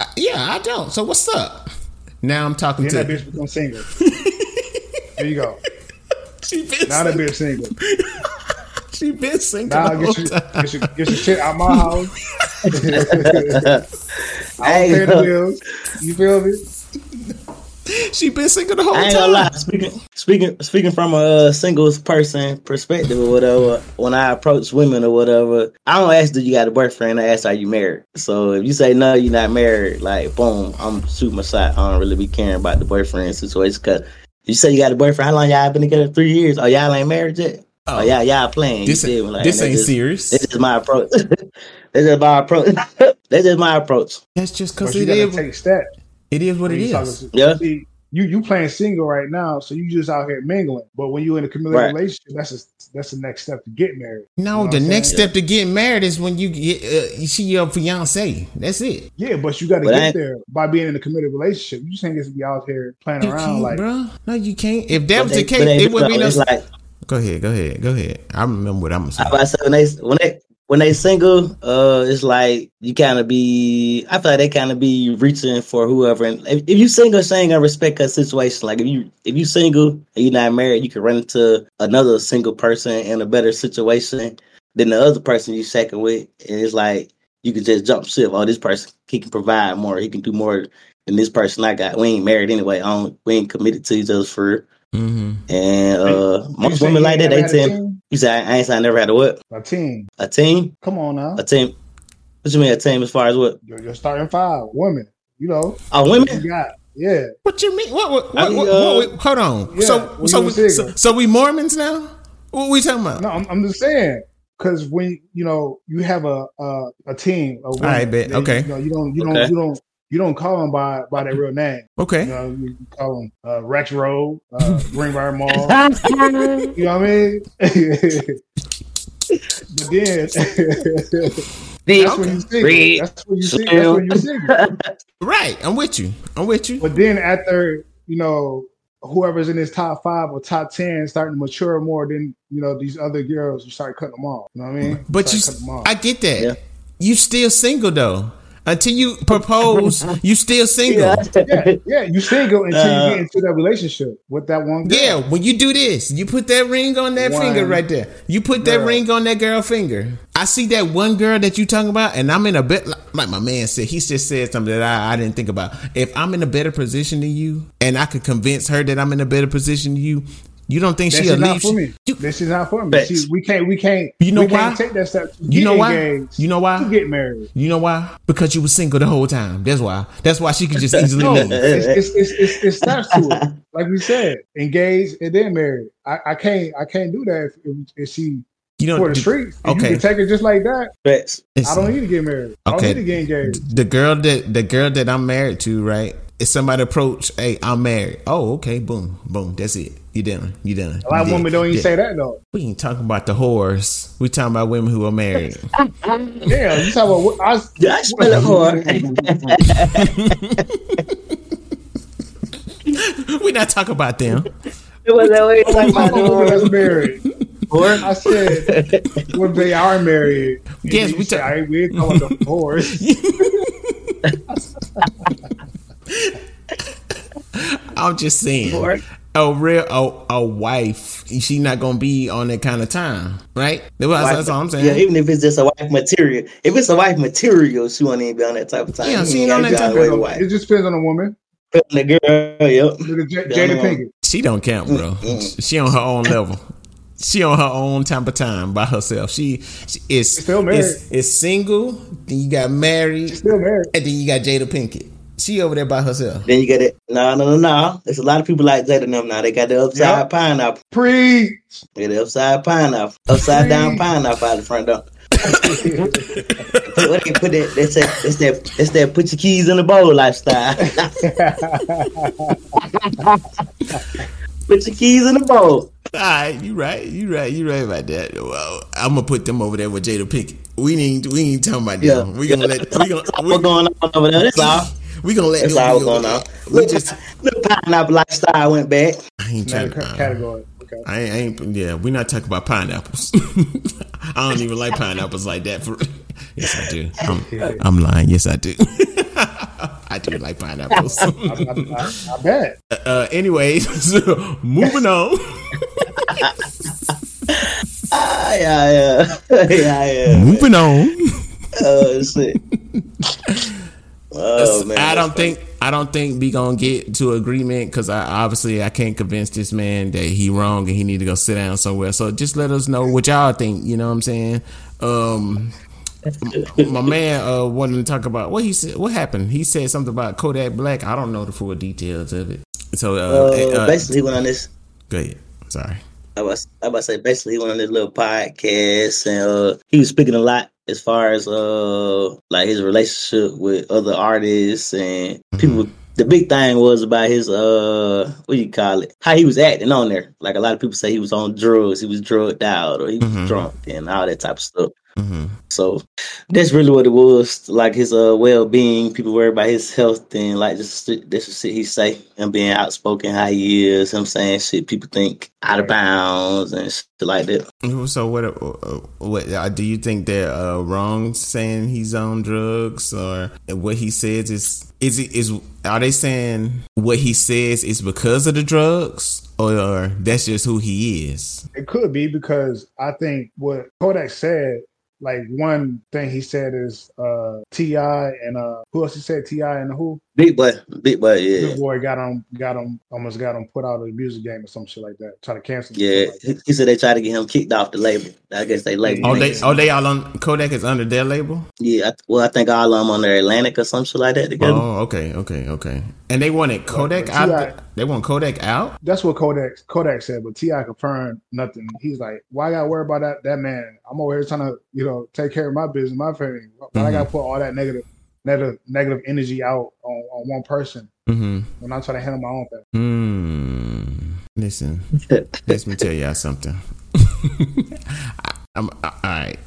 B: Uh, yeah, I don't. So what's up? Now I'm talking
C: Then that
B: to
C: bitch becomes single. there you go.
B: she been
C: Now that
B: single.
C: bitch single.
B: she been single.
C: Now
B: the whole
C: get your,
B: time.
C: get, your, get your shit out my house.
D: I
C: Pay
D: ain't
C: the
D: gonna,
C: bills. You feel me?
B: She been single the whole
D: I ain't
B: time.
D: gonna lie. Speaking, speaking, speaking from a uh, single person perspective or whatever, when I approach women or whatever, I don't ask do you got a boyfriend. I ask are you married. So if you say no, you're not married. Like boom, I'm shooting my shot. I don't really be caring about the boyfriend situation because. You say you got a boyfriend. How long y'all been together? Three years. Oh, y'all ain't married yet. Oh,
B: Oh.
D: y'all, y'all playing. You
B: This,
D: feel me? Like,
B: this
D: that's
B: ain't
D: just-
B: serious.
D: This is my approach. this is my approach. this is my approach.
B: That's just
C: But
B: because
C: you
B: it
C: gotta
B: is.
C: take steps.
B: It is what
C: when
B: it
C: you talk
B: is.
C: to-
D: Yeah.
C: See, you you playing single right now, so you just out here mingling. But when you in a committed
D: Right.
C: relationship, that's a, that's the next step to get married.
B: No,
C: You know
B: the
C: what I'm
B: next
C: saying?
B: step to getting married is when you get uh, you see your fiance. That's it.
C: Yeah, but you got to
D: But I
C: get
D: ain't-
C: there by being in a committed relationship. You just ain't just be out here playing
B: You
C: around
B: can't,
C: like
B: bro. No, you can't. If that
D: But
B: was the
D: they- but
B: case,
D: they
B: it would
D: do
B: be
D: know,
B: no.
D: It's like
B: go ahead, go ahead, go ahead. I remember what I'm gonna say.
D: I was saying, when they when they when they single, uh, it's like you kind of be. I feel like they kind of be reaching for whoever. And if, if you single, she ain't gonna respect her situation. Like if you if you single and you're not married, you can run into another single person in a better situation than the other person you second with, and it's like you can just jump ship. Oh, this person he can provide more. He can do more than this person I got. We ain't married anyway. I don't, we ain't committed to each other for.
B: hmm
D: And uh,
C: You
D: most
C: say
D: women
C: you
D: like that.
C: ain't
D: They
C: never had a
D: tend.
C: team?
D: You say I ain't. say I never had a what?
C: A team.
D: A team?
C: Come on now,
D: A team? What you mean a team as far as what?
C: you're, you're starting five women. You know,
D: Oh, women?
C: you got yeah.
B: What you mean? What? What? What?
D: I,
B: what,
D: uh,
B: what- hold on.
C: yeah,
B: so,
C: when
B: so,
C: you
B: we,
C: were single.
B: so, so we Mormons now? What we talking about?
C: No, I'm, I'm just saying because when you know you have a a, a team. Of women,
B: right, bet.
C: then,
B: Okay.
C: You, know, you don't you don't
D: Okay.
C: you don't you don't call them by by their real name.
B: Okay.
C: You know, you call them uh, Rex Road, uh, Greenbrier Mall. You know what I mean? but then that's when you
D: Reed,
C: single. That's when you single. That's when you single.
B: Right. I'm with you. I'm with you.
C: But then after you know whoever's in this top five or top ten starting to mature more, then you know these other girls you start cutting them off. You know what I mean?
B: But
C: start
B: you,
C: cutting them off.
B: I get that.
D: Yeah.
B: You still single though. Until you propose, you still single. Yeah.
C: yeah, yeah, you single until
D: Uh,
C: you get into that relationship with that one girl.
B: When you do this, you put that ring on that
C: One
B: finger right there. You put that
C: girl.
B: ring on that girl finger. I see that one girl that you talking about, and I'm in a bit like my man said. He just said something that I, I didn't think about. If I'm in a better position than you, and I could convince her that I'm in a better position than you, you don't think
C: That
B: she'll
C: shit
B: leave?
C: not for me.
B: You-
C: This is not for me.
D: Facts.
C: See, we can't. We can't.
B: You know
C: we can't
B: why?
C: Take that step. To
B: You
C: get
B: know why?
C: engaged,
B: You know why?
C: To get married.
B: You know why? Because you were single the whole time. That's why. That's why she could just easily
C: No,
B: leave.
C: it's, it's, it's, it's, it's steps to it. Like we said, engaged and then married. I, I can't. I can't do that if, if, if she
B: You know,
C: for the streets. If
B: okay.
C: You can take her just like that.
D: Facts.
C: I don't need to get married. I don't
B: Okay.
C: need to get engaged.
B: the girl that the girl that I'm married to, right? If somebody approach, hey, I'm married. Oh, okay, boom, boom. That's it. You done. You done.
C: A lot of
B: You did.
C: women don't even
B: Yeah.
C: say that though.
B: We ain't talking about the whores. We talking about women who are married.
C: Yeah, you talk about what I,
D: Yeah, I smell a whore.
B: we not talking about them.
D: it was always like my
C: Oh,
D: door.
C: that's married. I said when they are married. and
B: Yes,
C: you
B: we
C: say,
B: ta-
C: "Hey, we ain't calling them whores.
B: I'm just saying. A real a, a wife, she not gonna be on that kind of time, right? That's, what- that's all I'm saying.
D: Yeah, even if it's just a wife material. If it's a wife material, she won't even be on that type of time.
B: Yeah,
D: You
B: she ain't on
D: gotta
B: that
D: be all the
B: type
D: way to
C: It
D: wife.
C: just depends on the woman.
D: But The girl, yep.
C: Look at J-
D: Yeah, I
C: Jada
D: know.
C: Pinkett.
B: She don't count,
C: Mm,
B: bro. she on her own level. She on her own type of time by herself. She, she is
C: still married.
B: Is, is single. Then you got married,
C: Still married.
B: and then you got Jada Pinkett. She over there by herself.
D: Then you get it. No, no, no, no. There's a lot of people like Jada and them now. They got the upside
C: Yep.
D: pineapple.
C: Pre.
D: They got the upside pineapple. Upside down pineapple out the front door. Put- what they put that? That's that. That's that. That's that. Put your keys in the bowl lifestyle. put your keys in the bowl.
B: All right, you right, you right, you right about that. Well, I'm gonna put them over there with Jada Pinkett. We ain't we ain't talking about
D: Yeah.
B: them. We gonna let we gonna we,
D: What's going on over there? That's all.
B: we gonna let
D: That's
B: them
D: all
B: be
D: going
B: over
D: on.
B: there. We
D: Look,
B: just
D: look, pineapple lifestyle went back.
B: I ain't trying
C: Another
B: to.
C: ca- category. Okay.
B: I ain't, I ain't yeah, we're not talking about pineapples. I don't even like pineapples like that. For yes, I do. I'm, I'm lying. Yes, I do. I do like pineapples.
C: I, I, I bet.
B: uh, anyway, so, moving on.
D: Ah, yeah, yeah, yeah, yeah.
B: Moving on.
D: Oh shit. Oh man.
B: I don't think I don't think we gonna get to agreement because I obviously I can't convince this man that he wrong and he need to go sit down somewhere. So just let us know what y'all think. You know what I'm saying? Um, my man uh, wanted to talk about what he said. What happened? He said something about Kodak Black. I don't know the full details of it. So uh,
D: Uh,
B: uh,
D: basically, he went on this.
B: go ahead. Sorry.
D: I was I about to say basically he went on this little podcast and uh, he was speaking a lot as far as uh like his relationship with other artists and people the big thing was about his uh what do you call it? How he was acting on there. Like a lot of people say he was on drugs, he was drugged out, or he was
B: Mhm.
D: drunk and all that type of stuff.
B: hmm
D: So that's really what it was. Like his uh well being, people worry about his health and like just this is shit he say and being outspoken how he is, him saying shit people think out of bounds and shit like that.
B: So what? uh, What uh, do you think they're uh, wrong saying he's on drugs, or what he says is is it is? Are they saying what he says is because of the drugs, or that's just who he is?
C: It could be because I think what Kodak said, like one thing he said is uh Ti and uh who else he said Ti and who
D: Big boy, big boy, yeah.
C: Big boy got him got him almost got him put out of the music game or some shit like that. Try to cancel. him,
D: Yeah,
C: something like that.
D: he, he said they tried to get him kicked off the label. I guess they label.
B: Oh,
D: niggas.
B: they oh they all on Kodak is under their label.
D: yeah. I, well, I think all of them on their Atlantic or some shit like that together.
B: Oh, okay, okay, okay. And they wanted Kodak
C: but
B: out.
C: T.I.
B: They want Kodak out.
C: That's what Kodak Kodak said, but Ti confirmed nothing. He's like, "Why I gotta worry about that? That man, I'm over here trying to, you know, take care of my business, my family. Why I
D: Mm-hmm.
C: gotta put all that negative, negative, negative energy out on, on one person
B: Mm-hmm.
C: when I'm trying to handle my own thing?"
B: Hmm. Listen, let me tell y'all something. I, I'm I, all right.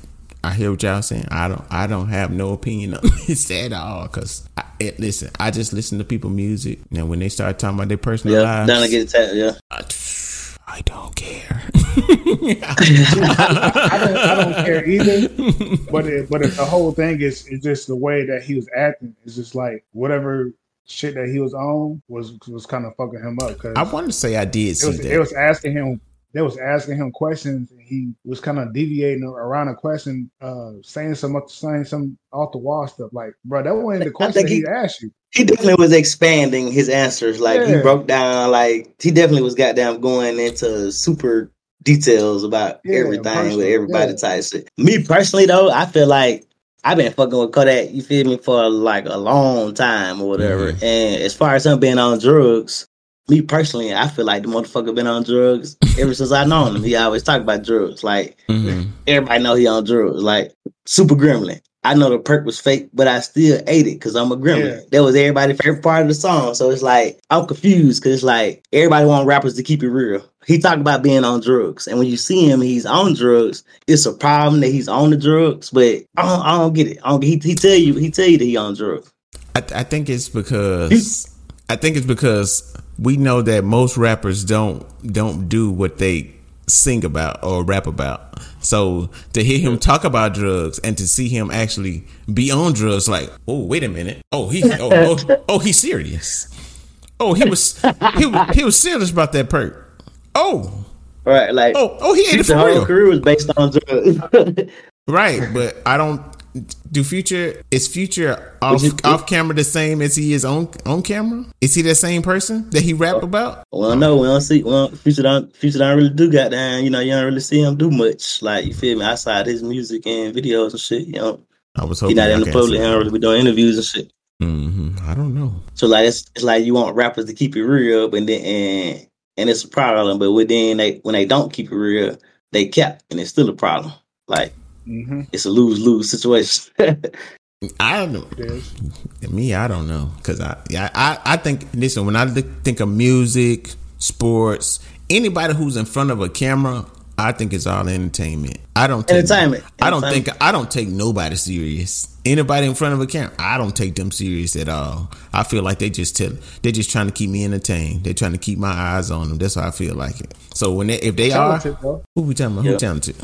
B: I hear what y'all saying. I don't. I don't have no opinion on this at all. Cause I, it, listen, I just listen to people music. Now when they start talking about their personal
D: yeah, down to
B: lives,
D: get attacked. Yeah,
B: I, I don't care.
C: I don't, I don't care either. But it, but it, the whole thing is is just the way that he was acting. It's just like whatever shit that he was on was was kind of fucking him up. Cause
B: I want to say I did
C: it
B: see
C: was
B: that.
C: it was asking him they was asking him questions and he was kind of deviating around a question uh saying some saying some off the wall stuff like bro that wasn't the
D: I
C: question
D: think
C: he,
D: he-
C: asked you
D: he definitely was expanding his answers. Like he
C: Yeah.
D: broke down. Like he definitely was goddamn going into super details about
C: Yeah,
D: everything with
C: personal,
D: everybody
C: yeah.
D: type shit. Me personally though, I feel like. I've been fucking with Kodak, you feel me, for like a long time or whatever. And as far as him being on drugs, me personally, I feel like the motherfucker been on drugs ever since I known him. He always talk about drugs. Like
B: Mhm.
D: everybody know he on drugs. Like super gremlin. I know the perk was fake, but I still ate it because I'm a gremlin.
C: Yeah.
D: That was everybody's favorite part of the song. So it's like I'm confused because it's like everybody want rappers to keep it real. He talked about being on drugs, and when you see him, he's on drugs. It's a problem that he's on the drugs, but I don't, I don't get it. I don't, he, he tell you, he tell you that he on drugs.
B: I, th- I think it's because I think it's because we know that most rappers don't don't do what they sing about or rap about. So to hear him talk about drugs and to see him actually be on drugs, like, oh wait a minute, oh he oh oh, oh he's serious, oh he was he was, he was serious about that perk, oh
D: Right? Like
B: oh oh he ate it
D: his
B: for
D: whole
B: real,
D: career was based on drugs.
B: right? But I don't. Do future is future off
D: you-
B: off camera the same as he is on on camera? Is he that same person that he rap about?
D: Well, no, we don't see. Well, Future don't Future don't really do goddamn. You know, you don't really see him do much. Like you feel me? Outside his music and videos and shit. You know,
B: I was
D: he
B: hoping
D: not in
B: y'all
D: the
B: can
D: public. He
B: say-
D: don't really be doing interviews and shit.
B: Mhm. I don't know.
D: So like it's, it's like you want rappers to keep it real, but then and and it's a problem. But within they when they don't keep it real, they cap and it's still a problem. Like
C: mm-hmm.
D: it's a lose lose situation.
B: I don't. Me, I don't know because I, yeah, I, I think. Listen, when I look, think of music, sports, anybody who's in front of a camera, I think it's all entertainment. I don't take,
D: Entertainment.
B: I don't
D: Entertainment.
B: think I don't take nobody serious. Anybody in front of a camera, I don't take them serious at all. I feel like they just tell, they're just trying to keep me entertained. They're trying to keep my eyes on them. That's how I feel like it. So when they, if they are,
C: talented though
B: who we talking about?
D: Yeah.
B: Who talented?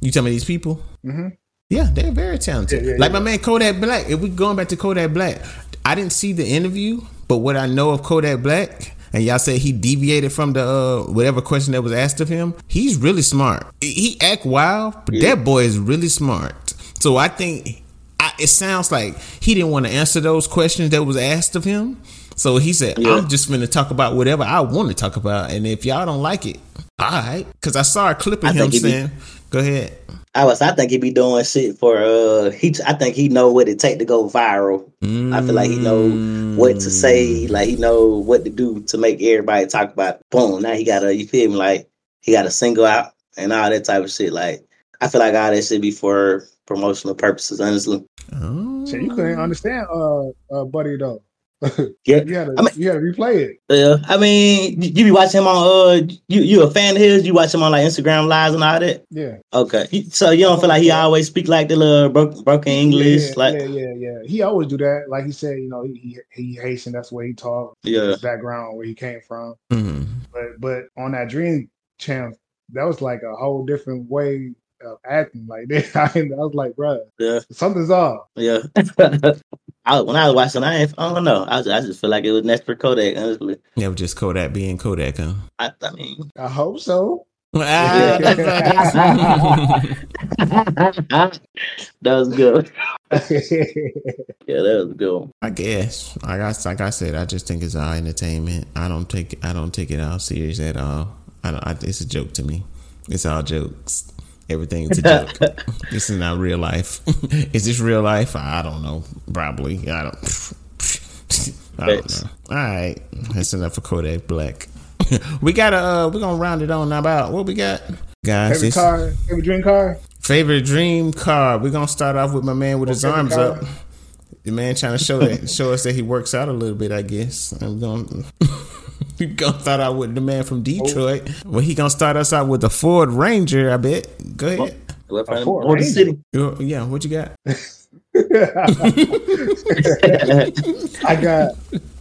B: You talking about these people?
C: Mhm.
B: Yeah, they're very talented.
C: Yeah, yeah,
B: like my man Kodak Black. If we going back to Kodak Black, I didn't see the interview, but what I know of Kodak Black, and y'all said he deviated from the uh, whatever question that was asked of him. He's really smart. He he act wild, but that boy is really smart. So I think I, it sounds like he didn't want to answer those questions that was asked of him. So he said,
D: Yeah.
B: "I'm just going to talk about whatever I want to talk about, and if y'all don't like it, all right." Because I saw a clip of
D: I
B: him
D: think he be-
B: saying, "Go ahead."
D: I was I think he be doing shit for uh he I think he know what it take to go viral. I feel like he know what to say, like he know what to do to make everybody talk about. it. Boom! Now he got a you feel me? Like he got a single out and all that type of shit. Like I feel like all that shit be for promotional purposes. Honestly,
B: Oh.
C: so you couldn't understand uh, uh buddy though
D: Mm. Yeah.
C: You gotta,
D: I mean-
C: you gotta replay it.
D: Yeah, I mean, you, you be watching him on uh, you you a fan of his? You watch him on like Instagram lives and all that?
C: Yeah.
D: Okay, You- so you don't feel like he always speak like the little broke, broken English,
C: Yeah,
D: like
C: yeah, yeah, yeah. He always do that. Like he said, you know, he he, he Haitian. That's where he taught.
D: yeah,
C: His background, where he came from.
B: Mhm.
C: But but on that Dream Channel, that was like a whole different way of acting. Like that, I was like, bruh,
D: Yeah.
C: something's off.
D: yeah. I, when I was watching, I ain't, I don't know. I, just- I just feel like it was Nestor Kodak. Honestly,
B: That was just Kodak being Kodak, huh?
D: I, I mean,
C: I hope so.
B: Ah, that's awesome.
D: that was good. Yeah, that was good. one.
B: I guess. Like I, like I said, I just think it's all entertainment. I don't take I don't take it all serious at all. I don't, I, it's a joke to me. It's all jokes. Everything's a joke. this is not real life. is this real life? I don't know. Probably. I don't. I don't
D: Thanks.
B: know. All right, that's enough for Kodak Black. we gotta uh, we're gonna round it on about what we got, guys.
C: every
B: it's-
C: car, every dream car.
B: Favorite dream car. We're gonna start off with my man with his
C: favorite
B: arms
C: car?
B: up. The man trying to show that show us that he works out a little bit, I guess. I'm going we gonna start out with the man from Detroit.
D: Oh.
B: Well he gonna start us out with the Ford Ranger, I bet. Go ahead.
D: What part of
C: Ford
D: Motor
C: Ranger.
D: City?
B: You- Yeah, what you got?
C: I got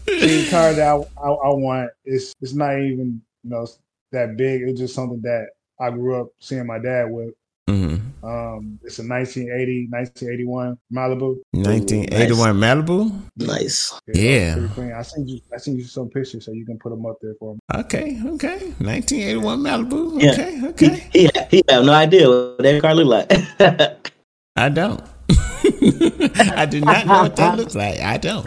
C: the car that I, I, I want. It's it's not even you know that big. It's just something that I grew up seeing my dad with.
B: Mm-hmm.
C: Um, it's a 1980, 1981 Malibu. uh,
B: 1981 Malibu.
D: nice.
B: Yeah.
C: pretty clean. I sent you. I sent you some pictures so you can put them up there for me.
B: Okay, okay. 1981 Malibu.
D: Yeah.
B: Okay,
D: He,
B: okay.
D: he, he have no idea what that car look like.
B: I don't. I do not know what that looks like. I don't.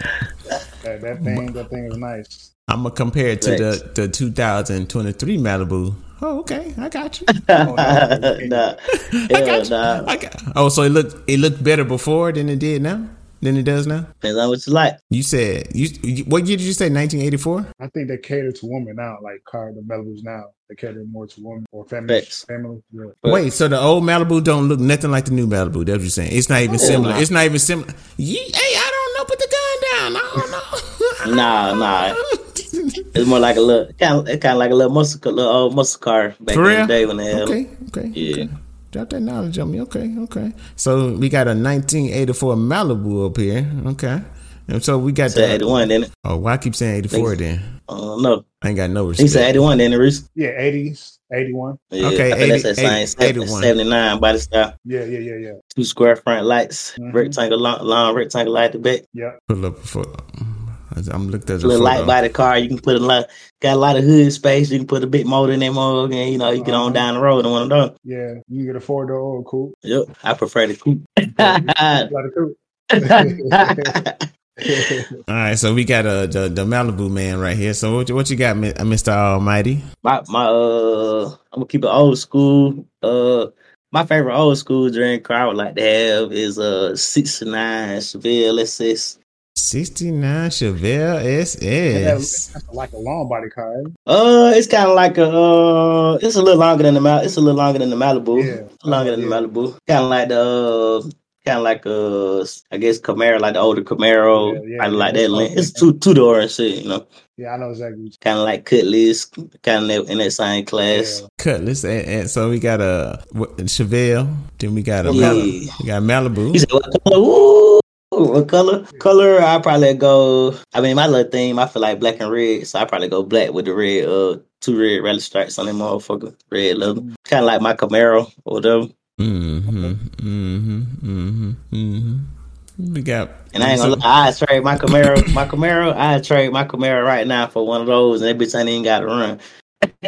C: That, that thing. That thing is nice.
B: I'm gonna compare it to
D: Thanks.
B: the, the 2023 Malibu. Oh, okay, I got you.
D: nah,
B: I
D: Hell
B: got you.
D: nah.
B: I got, oh, so it looked it looked better before than it did now than it does now.
D: Depends on what you like.
B: You said you, you what year did you say 1984?
C: I think they cater to women now, like car the Malibu's now. They cater more to women or family.
D: Facts.
C: Family. Yeah.
D: But-
B: Wait, so the old Malibu don't look nothing like the new Malibu? That's what you're saying. It's not even similar.
D: nah.
B: It's not even similar. Ye- hey, I don't know. Put the gun down. I don't know.
D: Nah, nah.
B: nah.
D: It's more like a little, kind of, kind of like a little muscle, little old muscle car back
B: For
D: in
B: real?
D: the day when they had.
B: Okay, okay.
D: Yeah.
B: okay. Drop that knowledge on me. Okay, okay. So we got a 1984 Malibu up here. Okay. And so we got
D: It's a
B: the.
D: 81, then it?
B: Oh, why I keep saying 84 then?
D: I don't know.
B: I ain't got no
D: He said
B: respect.
D: 81, then it? Reese?
C: Yeah. Eighties. Eighty-one.
D: Yeah,
B: Okay,
D: I think
B: 80
D: that's that same
B: 80, 81.
D: 79 body style,
C: Yeah. Yeah. Yeah. Yeah.
D: two square front lights,
B: Mm-hmm.
C: Mhm.
D: rectangle long, long rectangle light at the back,
C: Yeah.
B: Pull up a photo. I'm looked at the
D: little light
B: photo.
D: body car. You can put a lot, got a lot of hood space. You can put a big motor in that mug, and you know you can
C: Uh-huh.
D: on down the road and one of those.
C: Yeah. You can get a four door or a coupe.
D: Yep, I prefer the coupe.
C: Yeah, you got a coupe.
B: All right, so we got uh, the the Malibu man right here. So what you, what you got, Mi- uh, Mr. Almighty?
D: my my uh I'm gonna keep it old school. Uh my favorite old school dream car I would like to have is a sixty nine Chevelle SS.
B: 69 Chevelle SS.
C: That's like a long body car. ain't
D: Uh it's kinda like a uh it's a little longer than the Mal- it's a little longer than the Malibu.
C: Yeah.
D: Longer than
C: Yeah.
D: the Malibu. Kinda like the uh Kind of like uh, I guess Camaro, like the older Camaro,
C: Yeah, yeah,
D: I like
C: yeah,
D: that.
C: that's what I'm
D: Length. It's two
C: thinking.
D: two door and shit, you know.
C: it? Yeah, I know exactly. What
D: Kind of like Cutlass, kind of in that same
C: you
D: class.
C: yeah.
B: Cutlass. And, and so we got a what, Chevelle. Then we got a
D: Yeah.
B: Malibu. We got Malibu.
D: You said what color? Ooh, what color? Color? I probably go. I mean, my little theme. I feel like black and red, so I probably go black with the red. Uh, two red rally stripes on that motherfucker. Red leather,
C: Mm.
D: kind of like my Camaro or whatever.
B: Mm-hmm. Mm-hmm. Mm-hmm. Mm-hmm. We got.
D: And I ain't gonna. Lie, I trade my Camaro. my Camaro. I trade my Camaro right now for one of those, and that bitch ain't even got to run.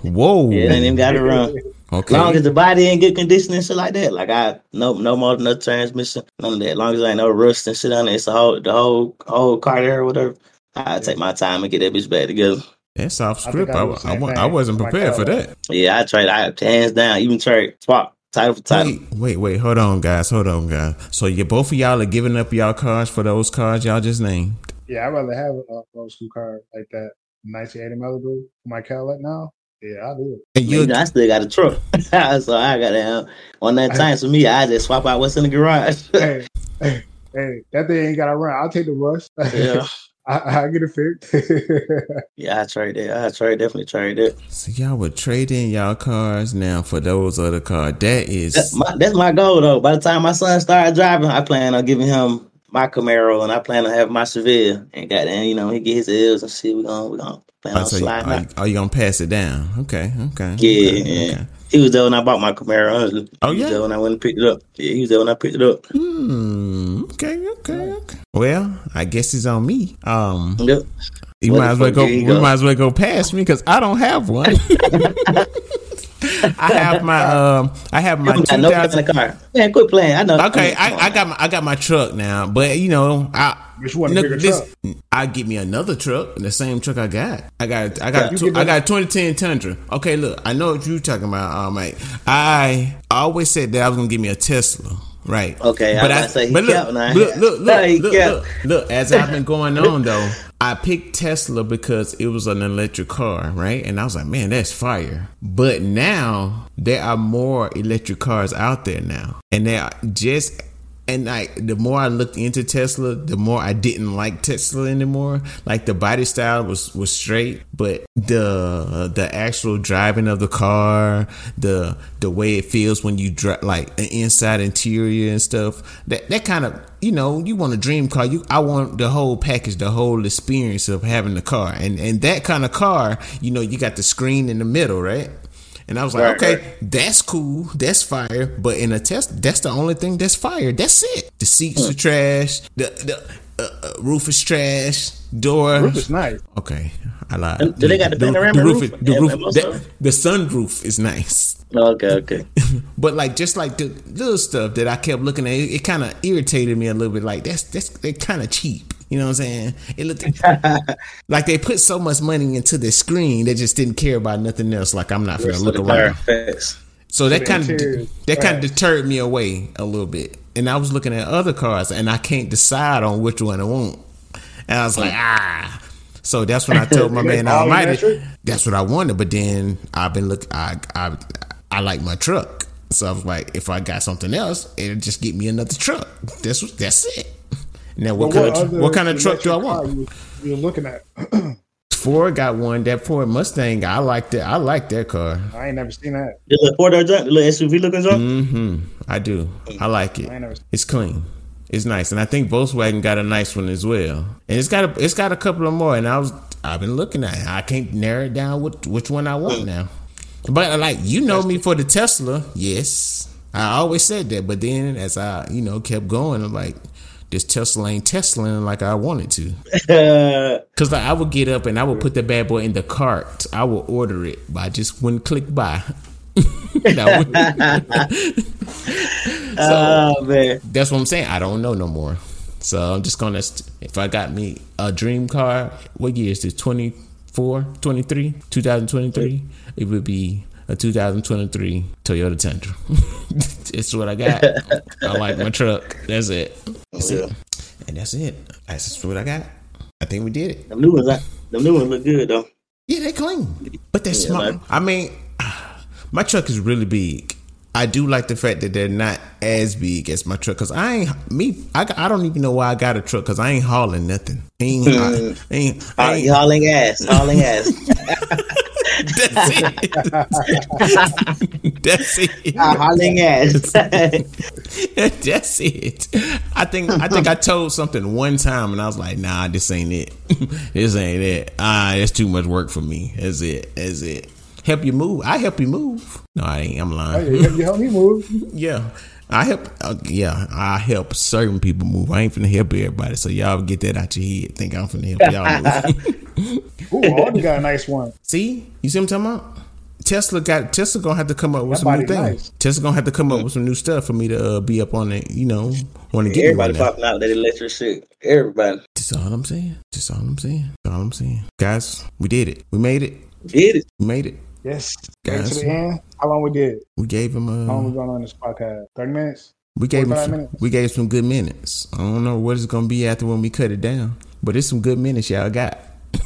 C: What?
B: Whoa.
D: Yeah, it ain't even got to run.
B: okay.
D: Long as the body in good condition and shit like that. Like I no no more no transmission, none of that. Long as there ain't no rust and shit on it, it's the whole the whole whole car there or whatever. I take my time and get that bitch back together.
B: That's off
C: I think
B: script.
C: I
B: I,
C: was
B: I,
C: saying
B: wa-
C: that.
B: I wasn't
C: Like,
B: prepared for
C: uh,
B: that.
D: Yeah, I trade I hands down, even trade swap title for title.
B: Wait, wait, wait. Hold on, guys. Hold on, guys. So you both of y'all are giving up y'all cars for those cars y'all just named.
C: Yeah, I'd rather have a old school car like that 1980 Malibu, my Cadillac now. Yeah, I do
B: And
D: You
B: you,
D: know, I still got a truck, so I got to on that time for me. I just swap out what's in the garage.
C: it. Hey, hey, hey, that thing ain't got to run. I'll take the rust.
D: yeah,
C: I, I get it fixed.
D: Yeah, I trade that. I trade definitely trade that.
B: So y'all would trade in y'all cars now for those other cars. That
D: That's
B: is
D: my, that's my goal though. By the time my son started driving, I plan on giving him my Camaro and I plan on having my Seville. And goddamn, you know, he get his L's and shit. We gonna we gonna plan
B: I
D: on
B: say,
D: sliding.
B: are,
D: out.
B: are you gonna pass it down? Okay, okay.
D: Yeah,
B: okay,
D: yeah.
B: okay.
D: He was there when I bought my Camaro. honestly.
B: Oh,
D: he
B: yeah?
D: was there when I went and picked it up. Yeah, he was there when I picked it up.
B: Hmm. Okay. Okay. Okay. Well, I guess it's on me. Um,
D: Yep.
B: you
D: What
B: might
D: the
B: as well
D: fuck
B: go.
D: did he
B: We
D: go?
B: might as well go past me because I don't have one. I have my um. I have my
D: I got no kind
B: 2000.
D: of car. Man, quit playing. I know.
B: Okay,
D: mean, come
B: I,
D: on
B: I
D: now.
B: got my I got my truck now, but you know I.
C: But you want a
B: no,
C: bigger
B: I get me another truck, the same truck I got. I got I got
C: You
B: tw-
C: get
B: I
C: that-
B: got a 2010 Tundra. Okay, look, I know what you talking about, um, mate. I always said that I was gonna give me a Tesla, right?
D: Okay, I was about to say he
B: but look,
D: kept now.
B: look, look,
D: Nah, he
B: look, look,
D: kept.
B: look, look, as I've been going on though, I picked Tesla because it was an electric car, right? And I was like, man, that's fire. But now there are more electric cars out there now, and they are just. And like the more I looked into Tesla, the more I didn't like Tesla anymore. Like the body style was was straight, but the the actual driving of the car, the the way it feels when you drive, like an inside interior and stuff. That that kind of you know you want a dream car. You I want the whole package, the whole experience of having the car, and and that kind of car, you know, you got the screen in the middle, right? And I was like,
D: Right,
B: okay,
D: right.
B: that's cool, that's fire. But in a test, that's the only thing that's fire. That's it. The seats are trash. The the uh, uh, roof is trash. Doors.
C: Roof is nice.
B: Okay, I lied.
D: Do they got the panoramic roof?
B: is- the
D: Yeah,
B: roof,
D: but most of
B: the,
D: them.
B: the sunroof is nice,
D: Oh, Okay, okay.
B: but like just like the little stuff that I kept looking at, it, kind of irritated me a little bit. Like that's that's they kind of cheap. You know what I'm saying? It looked like they put so much money into the screen, they just didn't care about nothing else. Like I'm not gonna
D: Rest of
B: look
D: the
B: around.
D: car, facts.
B: So that
C: the
B: kind
C: interior is
B: of that kind of
C: trash.
B: deterred me away a little bit. And I was looking at other cars, and I can't decide on which one I want. And I was
C: Mm.
B: like, ah. So that's when I told my man
C: All
B: Almighty,
C: electric?
B: that's what I wanted. But then I've been look, I I I like my truck, so I was like, if I got something else, it'll just get me another truck. That's what- that's it. Now what
C: But
B: kind of
C: other
B: what kind of truck do I
C: electric
B: want?
C: car you- You're looking at.
B: Ford got one. That Ford Mustang, I like that. I like that car.
C: I ain't never seen that.
D: The little four door junk, the little SUV looking junk.
B: hmm I do. I like it.
C: I ain't never.
B: It's clean. It's nice, and I think Volkswagen got a nice one as well. And it's got a, it's got a couple of more. And I was I've been looking at. it. I can't narrow it down which, which one I want now. But uh, like you know me for the Tesla, yes, I always said that. But then as I you know kept going, I'm like this Tesla ain't Teslaing like I wanted to.
D: Uh,
B: Cause like I would get up and I would put the bad boy in the cart. I would order it, but I just wouldn't click buy. And I wouldn't. so
D: oh man,
B: that's what I'm saying. I don't know no more. So I'm just gonna. St- if I got me a dream car, what year is this? 24, 23, 2023. It would be a 2023 Toyota Tundra. it's what I got. I like my truck. That's it. That's it. And that's it. That's just what I got. I think we did it.
D: them new ones, I, them new ones look good though.
B: Yeah, they clean, but they're
D: Yeah,
B: small.
D: man.
B: I mean, my truck is really big. I do like the fact that they're not as big as my truck because I ain't me. I, I don't even know why I got a truck because I ain't hauling nothing. I ain't, I, ain't, I
D: Haul-
B: ain't-
D: you hauling ass, hauling ass.
B: that's it. that's it.
D: Ah, hauling ass.
B: That's it. I think I think I told something one time and I was like, nah, this ain't it. this ain't it. Ah, that's too much work for me. That's it. That's it. Help you move. I help you move. No, I ain't. I'm
C: Oh,
B: lying.
C: yeah, you, you help me move.
B: Yeah. I help, uh, yeah, I help certain people move. I ain't finna help everybody, so y'all get that out your head. Think I'm finna help y'all move.
C: Ooh, Auden got a nice one.
B: See, you see what I'm talking about? Tesla got Tesla gonna have to come up with
C: That
B: some new
C: body
B: things.
C: nice.
B: Tesla gonna have to come up with some new stuff for me to uh, be up on it. You know, want to get me
D: Everybody
B: right now.
D: popping out that electric shit. Everybody
B: That's all I'm saying. That's all I'm saying. That's all I'm saying. Guys, we did it. We made it.
D: did it.
B: We made it.
C: Yes. Get
B: Guys.
C: to the end. How long we did?
B: We gave him
C: How long we
B: a.
C: going on this podcast? Thirty minutes.
B: We gave him.
C: 45
B: Some,
C: minutes.
B: we gave some good minutes. I don't know what it's gonna be after when we cut it down, but it's some good minutes y'all got.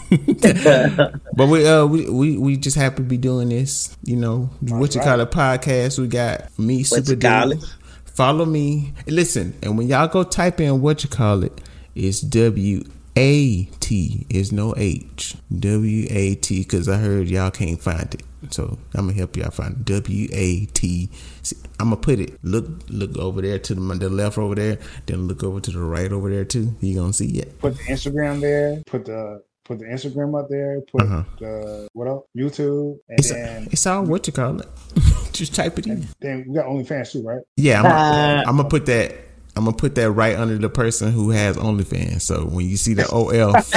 B: but we uh we, we we just happy to be doing this. You know what you call it podcast. We got me
D: What
B: super
D: you call
B: dude.
D: it?
B: Follow me. Listen, and when y'all go type in what you call it, it's W A T is no H. W A T because I heard y'all can't find it. So I'm gonna help y'all find it. W A T. See, I'm gonna put it. Look, look over there to the, the left over there. Then look over to the right over there too. You gonna see it.
C: Put the Instagram there. Put the put the Instagram up there. Put
B: Uh-huh.
C: the what else? YouTube, and
B: It's
C: then
B: it's all what you call it. Just type it in.
C: then we got OnlyFans too, right?
B: Yeah, I'm gonna, I'm gonna put that. I'm gonna put that right under the person who has OnlyFans. So when you see the OF,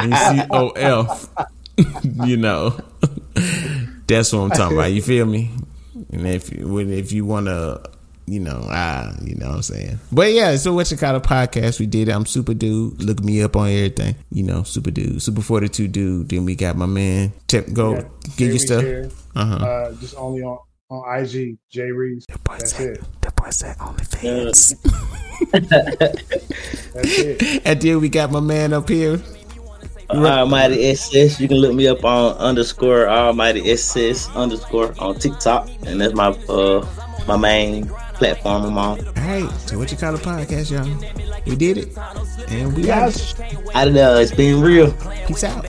B: when you see OF, you know that's what I'm talking about. You feel me? And if you- when if you wanna, you know, ah, you know what I'm saying. But yeah, so what you call a podcast? We did. it. I'm super dude. Look me up on everything. You know, super dude, super forty two dude. Then we got my man. Tip go
C: Yeah,
B: get your
C: Jamie
B: stuff.
C: Share,
B: Uh-huh.
C: Uh, just only on on IG, J Reeves. That's it.
B: The boy said OnlyFans.
C: That's it.
B: And then we got my man up here.
D: Almighty SS. You can look me up on underscore Almighty SS underscore on TikTok, and that's my uh my main platform I'm on.
B: All right, so what you call a podcast, y'all? We did it, and we
C: Yes.
D: I don't know. It's been real.
B: out. Peace out.